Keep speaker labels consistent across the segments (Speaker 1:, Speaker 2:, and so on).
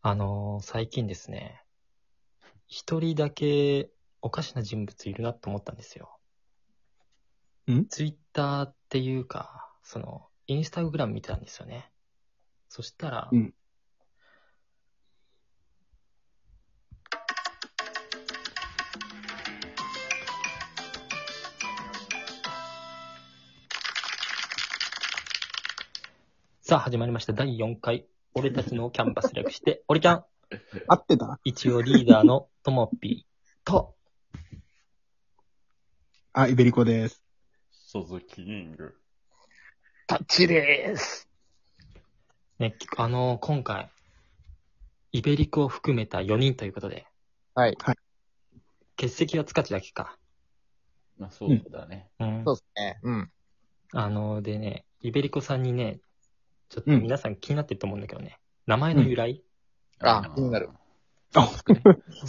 Speaker 1: あのー最近ですね、一人だけおかしな人物いるなと思ったんですよ。
Speaker 2: ん
Speaker 1: ツイッターっていうか、その、インスタグラム見てたんですよね。そしたら、
Speaker 2: うん
Speaker 1: さあ、始まりました。第4回、俺たちのキャンパス略して、 オリキャン
Speaker 2: 合ってた
Speaker 1: 一応リーダーのともぴーと、
Speaker 2: あ、イベリコです。
Speaker 3: 鈴木キング。
Speaker 1: タッチです。ね、あのー今回、イベリコを含めた4人ということで、
Speaker 4: はい。
Speaker 1: 欠席は塚地だけか。
Speaker 3: まあ、そうだね。
Speaker 1: うん
Speaker 4: そうですね。うん。
Speaker 1: あのーでね、イベリコさんにね、ちょっと
Speaker 2: うん
Speaker 1: 皆さん気になってると思うんだけどね、名前の由来、
Speaker 4: あ気になる。
Speaker 2: あ、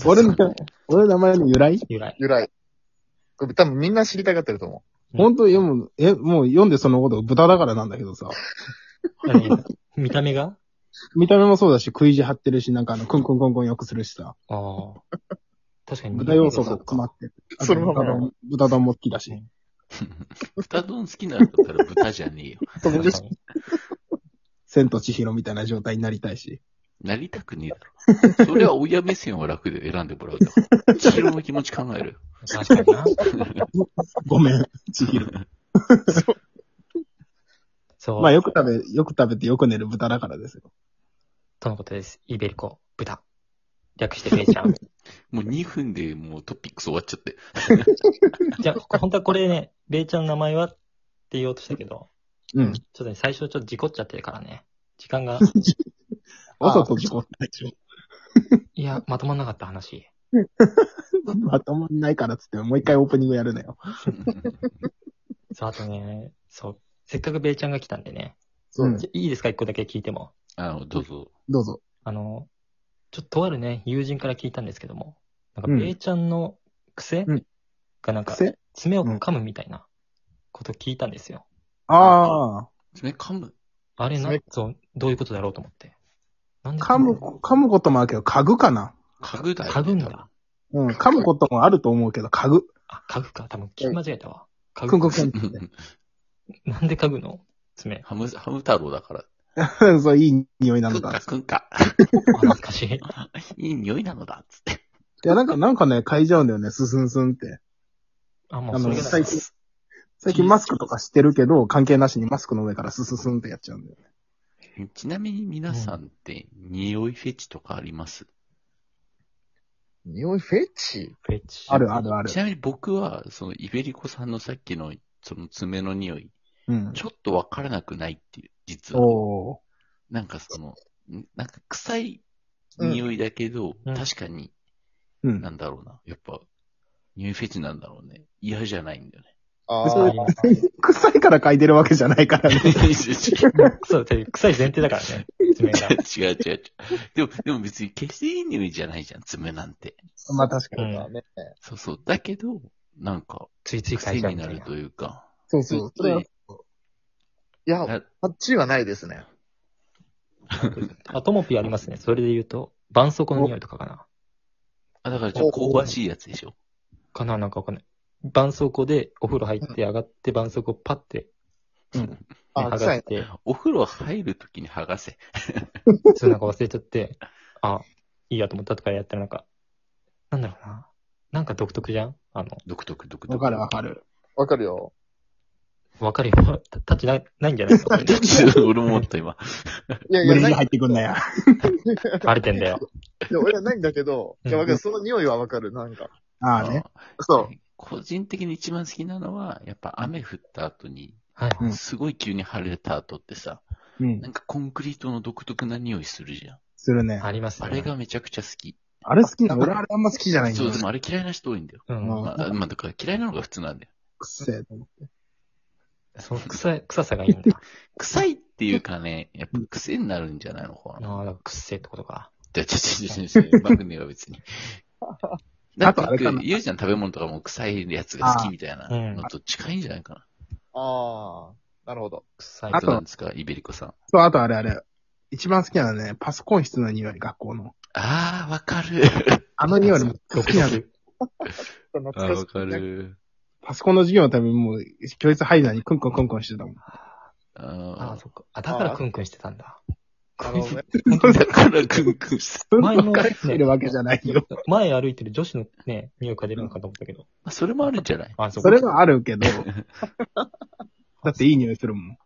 Speaker 4: 俺
Speaker 2: 俺
Speaker 4: の
Speaker 2: の、俺の名前の由来
Speaker 1: 由来。
Speaker 4: 由来。これ多分みんな知りたがってると思
Speaker 2: 本当読む、え、もう読んでそのこと豚だからなんだけどさ。
Speaker 1: 何が見た目が
Speaker 2: 見た目もそうだし、食い地張ってるし、なんかあの、クンクンクンクンよくするしさ。
Speaker 1: ああ。確かに
Speaker 2: 豚要素が
Speaker 1: そう
Speaker 2: 詰まって る。あと
Speaker 4: そのまま
Speaker 2: 豚丼、豚丼も好きだし。
Speaker 3: 豚丼好きなんだったら豚じゃねえよ。
Speaker 4: う。そう
Speaker 1: 確かに
Speaker 2: 千と千尋みたいな状態になりたいし。
Speaker 3: なりたくねえだろ。それは親目線は楽で選んでもらうんだから。千尋の気持ち考える。
Speaker 1: 確かにな。
Speaker 2: ごめん、千尋。
Speaker 1: そう。
Speaker 2: まあよく食べ、よく食べてよく寝る豚だからですよ。
Speaker 1: とのことです。イベリコ、豚。略してペイち ゃん。
Speaker 3: もう2分でもうトピックス終わっちゃって。
Speaker 1: じゃあ、本当はこれね、ベイちゃんの名前はって言おうとしたけど、
Speaker 2: うん。
Speaker 1: ちょっとね、最初ちょっと事故っちゃってるからね。時間 が、
Speaker 2: わざと事故ったでしょ。
Speaker 1: いや、まとまんなかった話。
Speaker 2: まとまんないからっつって、もう一回オープニングやるなよ。
Speaker 1: そう、あとね、そう、せっかくベイちゃんが来たんでね。
Speaker 2: うん
Speaker 1: じゃいいですか、一個だけ聞いても。
Speaker 3: あの、どうぞ。
Speaker 2: どうぞ。
Speaker 1: あの、ちょっととあるね、友人から聞いたんですけども、なんか
Speaker 2: うん
Speaker 1: ベイちゃんの癖、
Speaker 2: うん
Speaker 1: がなんか、
Speaker 2: 癖
Speaker 1: 爪を噛むみたいなこと聞いたんですよ。
Speaker 2: ああ。
Speaker 3: 爪噛む。
Speaker 1: あれな
Speaker 4: 爪、
Speaker 1: そう、どういうことだろうと思って。なんで
Speaker 2: 噛む、噛むこともあるけど、嗅ぐかな。
Speaker 3: 家具だよ。
Speaker 1: 家具だ。
Speaker 2: うん、噛むこともあると思うけど、嗅ぐ。
Speaker 1: あ、家具か。多分聞き間違えたわ。家
Speaker 2: くんく
Speaker 1: 具
Speaker 2: んくんっ
Speaker 3: 多分。
Speaker 1: なんで家具の 爪
Speaker 3: ハム、ハム太郎だから。
Speaker 2: て。 そう、いい匂いな
Speaker 3: く
Speaker 2: の
Speaker 3: ん
Speaker 2: だ。
Speaker 3: かくんか。
Speaker 1: あ懐かしい。
Speaker 3: いい匂いなのだ。つって。
Speaker 2: いや、なんか、なんかね、嗅いじゃうんだよね、ススンスンって。
Speaker 1: あ、も
Speaker 2: あ
Speaker 1: うそ
Speaker 2: の、
Speaker 1: れが
Speaker 2: 最近、最近マスクとかしてるけど、関係なしにマスクの上からスススンってやっちゃうんだよね。
Speaker 3: ちなみに皆さんって匂いフェチとかあります
Speaker 4: 匂いフェチ
Speaker 1: フェチ。
Speaker 2: あるあるある
Speaker 3: ち。なみに僕は、そのイベリコさんのさっきの、その爪の匂い、
Speaker 2: うん。
Speaker 3: ちょっとわからなくないっていう、実は。
Speaker 2: おー。
Speaker 3: なんかその、んなんか臭い匂いだけど、
Speaker 1: うん
Speaker 3: 確かに、
Speaker 2: うん
Speaker 3: な。んだろうな。やっぱ、匂いフェチなんだろうね。嫌じゃないんだ よね。
Speaker 4: あ
Speaker 2: そ
Speaker 4: あ
Speaker 2: う。臭いから嗅いでるわけじゃないから ね。
Speaker 3: 違う違
Speaker 1: そう、てか臭い前提だからね。爪 が。
Speaker 3: う違う違う。でも、でも別に決していい匂いじゃないじゃん、爪なんて。
Speaker 2: まあ確か
Speaker 1: う
Speaker 2: に。
Speaker 1: ん。
Speaker 4: ね。
Speaker 3: そうそう。だけど、なんか、
Speaker 1: ついつい臭
Speaker 3: 癖
Speaker 1: いじゃん
Speaker 3: に
Speaker 1: み
Speaker 3: な
Speaker 1: たい
Speaker 3: る
Speaker 1: な。
Speaker 3: というか。
Speaker 2: そうそう。それはい
Speaker 4: や、
Speaker 3: な
Speaker 4: パッチリはないですね。
Speaker 1: あ、トモピーありますね。それで言うと、絆創膏の匂いとかかな。
Speaker 3: あ、だからちょっと香ばしいやつでしょ。
Speaker 1: かななんかわかんない。絆創膏でお風呂入って上がって絆創膏パッて、ね、
Speaker 4: あ
Speaker 1: 剥
Speaker 4: ー、
Speaker 1: が
Speaker 4: 臭い
Speaker 1: し。て、
Speaker 3: お風呂入るときに剥がせ。
Speaker 1: そうなんか忘れちゃって、あ、いいやと思ったとからやったらなんか、なんだろうな。なんか独特じゃんあの、
Speaker 3: 独特独特。
Speaker 2: わかるわかる。
Speaker 4: わかるよ。
Speaker 1: わかるよ。たタッチないないんじゃないですか
Speaker 3: だって俺も思った今。
Speaker 4: いやい
Speaker 2: 無
Speaker 4: や、
Speaker 2: 理に
Speaker 4: ない
Speaker 2: 入ってくんなや。
Speaker 1: バレてんだよ。
Speaker 4: いや俺はないんだけど、
Speaker 1: うん
Speaker 4: いや、わかる。その匂いはわかる、なんか。
Speaker 2: ああね。
Speaker 4: そ
Speaker 3: 個人的に一番好きなのは、やっぱ雨降った後に、
Speaker 1: はい。
Speaker 2: うん
Speaker 3: すごい急に晴れた後ってさ、
Speaker 2: うん
Speaker 3: な。んかコンクリートの独特な匂いするじゃん。
Speaker 2: するね。
Speaker 1: ありますね。
Speaker 3: あれがめちゃくちゃ好き。
Speaker 2: あれ好きなの俺あれあんま好きじゃないんだ
Speaker 3: そ
Speaker 2: よ
Speaker 3: う、で。もあれ嫌いな人多いんだよ。
Speaker 1: うん。
Speaker 2: うん
Speaker 3: まあ、まあだから嫌いなのが普通なんだよ。
Speaker 2: くせえと思って。
Speaker 1: その臭い、臭さがいいんだ。
Speaker 3: 臭いっていうかね、やっぱ癖になるんじゃないのかな。
Speaker 1: ああ、だからくっせえってことか。
Speaker 3: じゃあ、ちょ、ちょ、ちょ、ちょ、バグねえわ 別に。なん
Speaker 2: あと
Speaker 3: か
Speaker 2: あれかな、
Speaker 3: ゆうちゃん食べ物とかも臭いやつが好きみたいなのと近いんじゃないかな。
Speaker 4: う。ああ、なるほど。
Speaker 1: 臭い。
Speaker 2: あ
Speaker 3: あ
Speaker 2: と
Speaker 3: となんですか、イベリコさん。
Speaker 2: そう、あとあれあれ。一番好きなのはね、パソコン室の匂い、学校の。
Speaker 3: ああ、わかる。
Speaker 2: あの匂いも好
Speaker 1: 独
Speaker 2: きなの。
Speaker 1: 特。
Speaker 4: 懐
Speaker 3: あー
Speaker 4: かし
Speaker 3: わ
Speaker 4: い
Speaker 3: かる。
Speaker 2: パソコンの授業のためにもう、教室入るのにクンクンクンクンしてたもん。
Speaker 1: あ
Speaker 3: あ
Speaker 1: あ、そっか。あ、だからクンクンしてたんだ。
Speaker 4: あのね、
Speaker 3: あ。だからクンクンして。
Speaker 1: 前の、ね、
Speaker 2: 入るわけじゃないよ。
Speaker 1: 前歩いてる女子のね、匂いが出るのかと思ったけど。
Speaker 3: まあ それもあるんじゃない
Speaker 1: あ、そ
Speaker 2: それはあるけど。だっていい匂いするもん。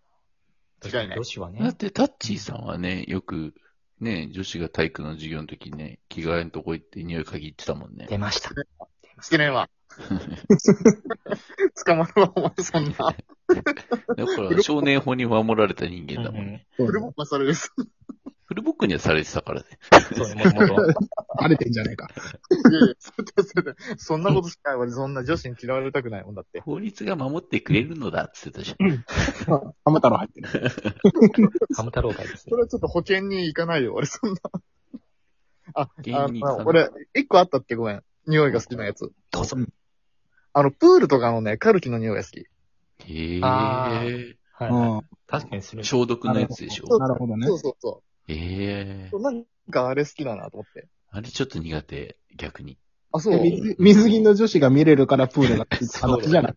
Speaker 1: 確かに女子は
Speaker 3: だっ
Speaker 1: ね。
Speaker 3: て、タッチーさんはね、よく、ね、女子が体育の授業の時ね、着替えのとこ行って匂い嗅ぎってたもんね。
Speaker 1: 出ました。
Speaker 4: してねえわ。捕まるわ、お前、そんな。
Speaker 3: だから、少年法に守られた人間だもん
Speaker 1: うんう
Speaker 3: ね。
Speaker 1: ん
Speaker 4: フルボッコされる。
Speaker 3: フルボックにはされてたからね。
Speaker 1: そうね、もともとは。
Speaker 2: バレてんじゃないか。
Speaker 4: いやいやそれそれそんなことしないわ。そんな女子に嫌われたくないもんだって。
Speaker 3: 法律が守ってくれるのだって言ってたじゃん。
Speaker 2: 浜太郎入ってる。
Speaker 1: ハム太郎会です
Speaker 4: そ
Speaker 1: ね。
Speaker 4: れはちょっと保険に行かないよ、俺、そんな。あ、あ
Speaker 3: 芸人さん
Speaker 4: の俺、一個あったっけ、ごめん。匂いが好きなやつ。
Speaker 3: どうぞ。
Speaker 4: あの、プールとかのね、カルキの匂いが好き。
Speaker 3: へ
Speaker 1: あ
Speaker 3: え。
Speaker 1: はいはい。
Speaker 2: う
Speaker 1: 確かにする。
Speaker 3: 消毒のやつでし
Speaker 2: ん。
Speaker 3: ょ。
Speaker 2: なるほどね
Speaker 4: そ。うそうそ
Speaker 3: へえ
Speaker 4: う。。なんかあれ好きだなと思って。
Speaker 3: あれちょっと苦手、逆に。
Speaker 4: あ、そう
Speaker 2: で。水水着の女子が見れるからプールがって話じゃない。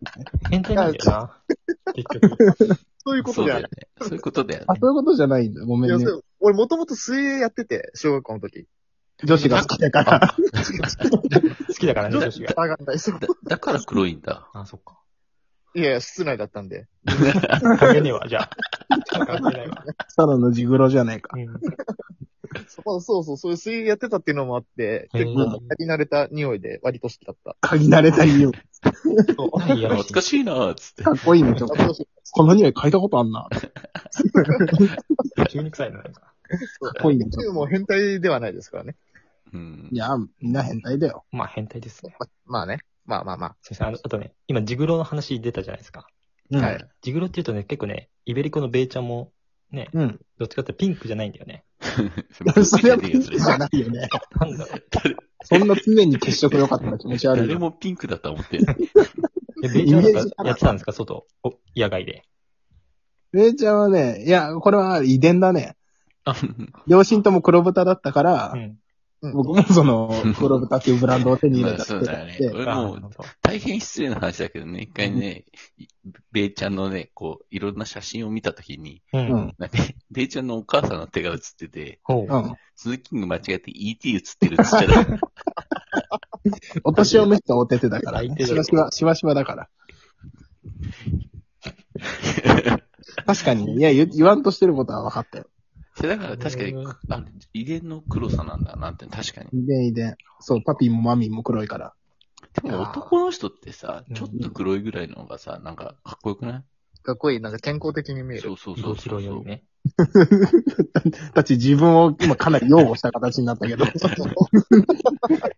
Speaker 1: 変態なんだよな。結局。
Speaker 4: そういうこ
Speaker 3: そ
Speaker 4: と
Speaker 3: う
Speaker 4: で
Speaker 3: だ
Speaker 4: あ
Speaker 3: よ
Speaker 4: る
Speaker 3: ね。。そういうことだよ
Speaker 2: あ、
Speaker 3: ね
Speaker 2: そ。ういうことじゃないんだ。ごめ
Speaker 4: い
Speaker 2: ん
Speaker 4: や、
Speaker 2: ね
Speaker 4: そ。う俺もともと水泳やってて、小学校の時。
Speaker 2: 女子が好きだから。
Speaker 3: あ
Speaker 1: 好きだからね、女子が。
Speaker 4: 上がんない、そう。
Speaker 3: だだから黒いんだ。
Speaker 1: あ、そっか。
Speaker 4: いやいや、室内だったんで。
Speaker 1: 関係ねえわ、じゃあ。関係ないわ。
Speaker 2: ただのジグロじゃないか。
Speaker 1: うん
Speaker 4: そうそうそう、そういう水泳やってたっていうのもあって、
Speaker 1: へー
Speaker 4: 結構やり慣れた匂いで割と好きだった。
Speaker 2: 嗅ぎ慣れた匂い。か
Speaker 1: 何やら
Speaker 3: 懐
Speaker 1: しい
Speaker 3: かしいなーっつって。
Speaker 2: っこいいね、ちょっと。
Speaker 4: あそうそう
Speaker 2: この匂い嗅いたことあんな。
Speaker 1: 急に臭いのなんか。
Speaker 2: かっこいいね、ち
Speaker 4: で
Speaker 2: ょっ
Speaker 4: も
Speaker 2: と。
Speaker 4: 変態ではないですからね。
Speaker 3: うん
Speaker 2: い。や、みんな変態だよ。
Speaker 1: まあ変態ですね。
Speaker 4: ままあね。まあまあまあ。
Speaker 1: すいませんあのあとね、今、ジグロの話出たじゃないですか。
Speaker 2: うん
Speaker 4: はい。
Speaker 1: ジグロって言うとね、結構ね、イベリコのベイちゃんも、ね、
Speaker 2: うん。
Speaker 1: どっちかっていうとピンクじゃないんだよね。
Speaker 2: それはピンクじゃ
Speaker 3: 誰
Speaker 2: ないよね。
Speaker 1: なんだろう。
Speaker 2: そんな常に血色良かったら気持ち悪い
Speaker 3: 誰
Speaker 2: よ。
Speaker 3: もピンクだとは思ってない。
Speaker 1: えベイちゃんなんかやってたんですか、外、お野外で。
Speaker 2: レイちゃんはね、いや、これは遺伝だね。
Speaker 1: あ、
Speaker 2: 両親とも黒豚だったから、
Speaker 1: うん。
Speaker 2: 僕もその、黒豚っていうブランドを手に入れ
Speaker 3: ま
Speaker 2: た
Speaker 3: あ
Speaker 2: って
Speaker 3: そ
Speaker 2: いううのが
Speaker 3: だ
Speaker 2: あ
Speaker 3: よ
Speaker 2: っ
Speaker 3: ね。
Speaker 1: あ
Speaker 2: て。
Speaker 3: 俺もう、大変失礼な話だけどね、一回ね、いベイちゃんのね、こう、いろんな写真を見たときに、
Speaker 1: う。
Speaker 2: うん
Speaker 1: うん。
Speaker 2: ん。
Speaker 3: なんかベイちゃんのお母さんの手が写ってて、
Speaker 1: ほう
Speaker 2: う。ん。
Speaker 3: スズキング間違えて ET 写ってるっつっちゃった。
Speaker 2: お年を召したお手手だから、
Speaker 1: 最
Speaker 2: ね。
Speaker 1: 低だ
Speaker 2: し
Speaker 1: よ
Speaker 2: わしわ、しわしわだから。確かに、いや言、言わんとしてることは分かったよ。
Speaker 3: それだから確かに
Speaker 1: うん、
Speaker 3: あ遺伝の黒さなんだなって、確かに。
Speaker 2: 遺伝遺伝。そう、パピーもマミーも黒いから。
Speaker 3: でも男の人ってさ
Speaker 1: う、ん
Speaker 3: ちょっと黒いぐらいの方がさ、なんかかっこよくな
Speaker 4: かっこいい。なんか健康的に見え
Speaker 3: いそ
Speaker 4: る。
Speaker 3: うそうそ
Speaker 1: 色
Speaker 3: うそ
Speaker 1: 白
Speaker 3: う
Speaker 1: いよりね。
Speaker 2: たち自分を今かなり擁護した形になったけど。
Speaker 3: い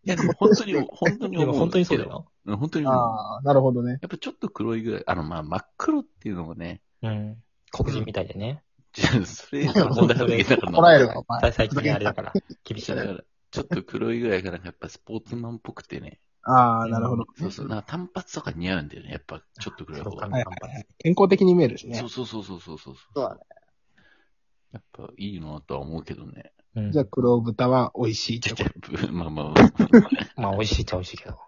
Speaker 3: や、でも本当に、本当に
Speaker 1: でも
Speaker 3: 思うん
Speaker 1: 本当に
Speaker 3: です
Speaker 1: そ
Speaker 3: け
Speaker 1: うだ
Speaker 3: ど。
Speaker 1: よ
Speaker 3: うん本当に思う
Speaker 2: ああ、なるほどね。
Speaker 3: やっぱちょっと黒いぐらい。あの、まあ、真っ黒っていうのもね、
Speaker 1: な。うん。黒人みたいでね。
Speaker 3: じゃあそれ、それ問題はできなか
Speaker 2: こらえ
Speaker 3: ら
Speaker 2: るわ、お前。
Speaker 1: 最最近あれだから、厳しい
Speaker 3: だ
Speaker 1: ね
Speaker 3: から、ちょっと黒いぐらいがなんかやっぱスポーツマンっぽくてね。
Speaker 2: ああ、なるほど。
Speaker 3: そうそう。なんか単発とか似合うんだよね。やっぱちょっと黒い
Speaker 1: そ
Speaker 3: 方
Speaker 1: うか、
Speaker 3: が。
Speaker 1: 短髪
Speaker 2: 健康的に見えるしね
Speaker 3: そ。うそうそうそうそうそう。
Speaker 4: そうだね
Speaker 3: やっぱいいなとは思うけどね。
Speaker 1: うん
Speaker 2: じゃあ、黒豚は美味しいって
Speaker 3: ちゃ
Speaker 2: こ
Speaker 3: ち
Speaker 2: と
Speaker 3: ゃ、まあまあまあ。
Speaker 1: まあ、美味しいっちゃ美味しいけど。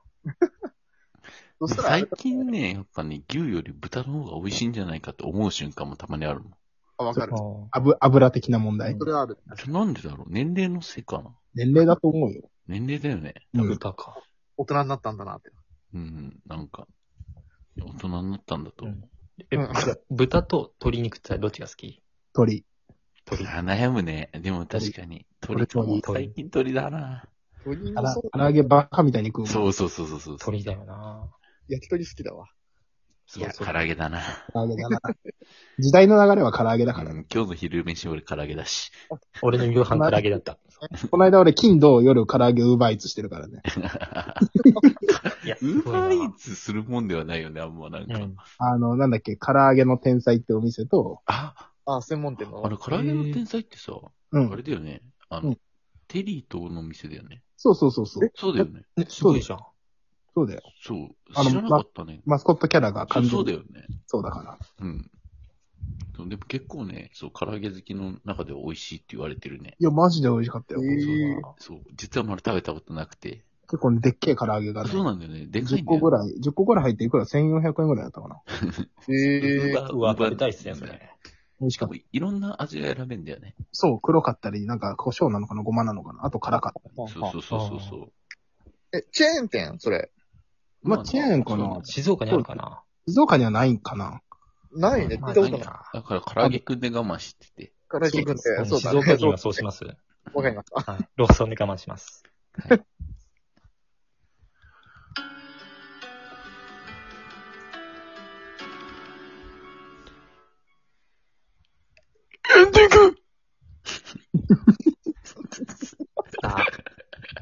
Speaker 4: そしたら、
Speaker 3: 最近ね、やっぱね、牛より豚の方が美味しいんじゃないかと思う瞬間もたまにあるもん。
Speaker 4: あわかる。
Speaker 2: 油油的な問題、
Speaker 4: それはある。
Speaker 3: あれなんでだろう年齢のせいかな
Speaker 2: 年齢だと思うよ。
Speaker 3: 年齢だよね。
Speaker 1: うん
Speaker 2: うん
Speaker 1: 豚か。
Speaker 4: 大人になったんだなって。
Speaker 3: うん、なんか、大人になったんだと思う。
Speaker 1: え
Speaker 4: うん
Speaker 1: 豚と鶏肉ってどっちが好き
Speaker 2: 鳥。
Speaker 1: 鳥
Speaker 3: あ悩むね。でも確かに。鳥
Speaker 2: 鳥
Speaker 1: 鳥
Speaker 3: 最近鳥だな。
Speaker 4: 鶏
Speaker 2: か
Speaker 4: の
Speaker 2: ら
Speaker 4: そう
Speaker 2: 唐揚げバカみたいに食うもん。
Speaker 3: そうそうそうそうそう。
Speaker 1: 鳥だよな。
Speaker 4: 焼き鳥好きだわ。
Speaker 3: いや、唐揚げだな。
Speaker 2: 唐揚げだな。時代の流れは唐揚げだから
Speaker 3: う
Speaker 2: ね
Speaker 3: ん。今日の昼飯俺唐揚げだし。
Speaker 1: 俺の夕飯唐揚げだった。
Speaker 2: この間俺、金、土、夜、唐揚げ、ウーバーイーツしてるからね。
Speaker 1: いや、
Speaker 3: ウーバーイー
Speaker 1: ツ
Speaker 3: ツするもんではないよね、あんまなん
Speaker 1: う
Speaker 3: か。
Speaker 1: ん。
Speaker 2: あの、なんだっけ、唐揚げの天才ってお店と、
Speaker 3: あ、
Speaker 4: あ、専門店
Speaker 3: あ
Speaker 4: の。
Speaker 3: の唐揚げの天才ってさ、
Speaker 2: う
Speaker 3: あ
Speaker 2: ん。
Speaker 3: れだよね。あ
Speaker 2: う
Speaker 3: の
Speaker 2: ん、
Speaker 3: テリー島の店だよね。
Speaker 2: そうそうそうそう。
Speaker 3: そうだよね。
Speaker 1: ねすごいじゃん。
Speaker 2: そうだよ。
Speaker 3: そう。
Speaker 2: あの
Speaker 3: 知らなかったね。
Speaker 2: マスコットキャラが
Speaker 3: そ
Speaker 2: 完
Speaker 3: う
Speaker 2: 全
Speaker 3: そうだ
Speaker 2: に
Speaker 3: よね。
Speaker 2: そうだから。
Speaker 3: うん。そうでも結構ね、そう、唐揚げ好きの中では美味しいって言われてるね。
Speaker 2: いや、マジで美味しかったよ。そ
Speaker 4: え
Speaker 2: う
Speaker 4: ー
Speaker 2: だな
Speaker 3: そう、実はまだ食べたことなくて。
Speaker 2: 結構ねでっけえ唐揚げがね、
Speaker 3: そうなんだよね。でかい
Speaker 2: 10
Speaker 3: んだ
Speaker 2: 個ぐ
Speaker 3: よ。
Speaker 2: らい、10個ぐらい入っていくら ?1400 円ぐらいだったかな。
Speaker 4: え
Speaker 1: う
Speaker 4: ー、
Speaker 1: わ、うわ、食べたいっすね、それ。
Speaker 2: 美味し
Speaker 3: し
Speaker 2: か
Speaker 3: か
Speaker 2: った
Speaker 3: も、いろんな味が選べんだよね。
Speaker 2: そう、黒かったり、なんか胡椒なのかな、ごまなのかな、あと辛かったり。
Speaker 3: そうそうそうそうそう。
Speaker 4: え、チェーン店それ。
Speaker 2: まあ、チェーンか
Speaker 3: そうなん
Speaker 2: な
Speaker 3: だ
Speaker 1: 静岡にあるかな
Speaker 2: 静岡にはないんかな
Speaker 4: ないね。
Speaker 3: うん
Speaker 4: 聞
Speaker 1: ま
Speaker 4: い
Speaker 1: あ、な
Speaker 4: たこと
Speaker 1: い
Speaker 4: ない。
Speaker 1: な。
Speaker 3: だから、唐揚げくんで我慢してて。
Speaker 4: から聞くん
Speaker 1: 静
Speaker 4: で、そうだね。
Speaker 1: 岡人はそうします。
Speaker 4: わかりました。
Speaker 1: はい。ローソンで我慢します。
Speaker 3: エンディン グ
Speaker 1: さあ、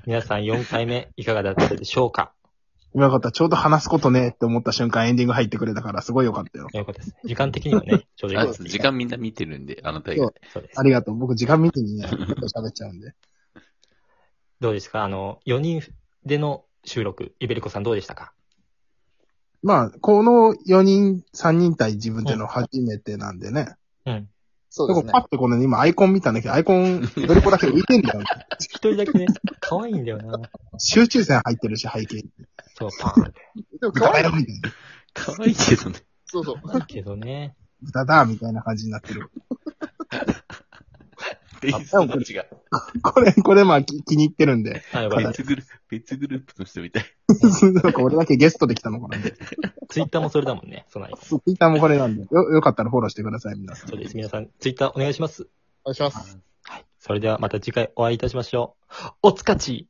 Speaker 1: 皆さん4回目いかがだったでしょうか
Speaker 2: よかった。ちょうど話すことねえって思った瞬間エンディング入ってくれたから、すごいよかった よ。
Speaker 1: ということですね。時間的には ね、ちょうどいい
Speaker 3: あ
Speaker 1: です。
Speaker 3: 時間みんな見てるんで、あの大
Speaker 2: そ
Speaker 3: 会
Speaker 2: う。
Speaker 1: そうです
Speaker 2: あ。りがとう。僕時間見ずにね、ちょっと喋っちゃうんで。
Speaker 1: どうですかあの、4人での収録、イベリコさんどうでしたか
Speaker 2: まあ、この4人、3人対自分っていうの初めてなんでね。
Speaker 1: うん。
Speaker 4: そう
Speaker 2: だ
Speaker 4: で
Speaker 2: から
Speaker 4: すね
Speaker 2: パ。ッてこの今アイコン見たんだけど、アイコン、どれこだけ浮いてんだよ。
Speaker 1: 一人だけ ね、可愛いんだよな。
Speaker 2: 集中線入ってるし、背景。
Speaker 1: そう、パーンって。
Speaker 4: で
Speaker 2: 豚
Speaker 4: も可
Speaker 2: だ
Speaker 4: 愛い。
Speaker 2: よみたいな。
Speaker 3: 可愛いけどね。
Speaker 4: そう そう。
Speaker 1: だけどね。
Speaker 2: 豚だみたいな感じになってる。
Speaker 3: 別の違が。
Speaker 2: これ、これまあ気気に入ってるんで。
Speaker 1: はい、よか った。
Speaker 3: 別グループ、別グループの人みたい。
Speaker 2: なんか俺だけゲストで来たのかな。
Speaker 1: ツイッターもそれだもんね、そない。
Speaker 2: ツイッターもこれなんで。よ、よかったらフォローしてください、皆さん。
Speaker 1: そうです。皆さん、ツイッターお願いします。
Speaker 4: お願いします。
Speaker 1: はい。それではまた次回お会いいたしましょう。おつかち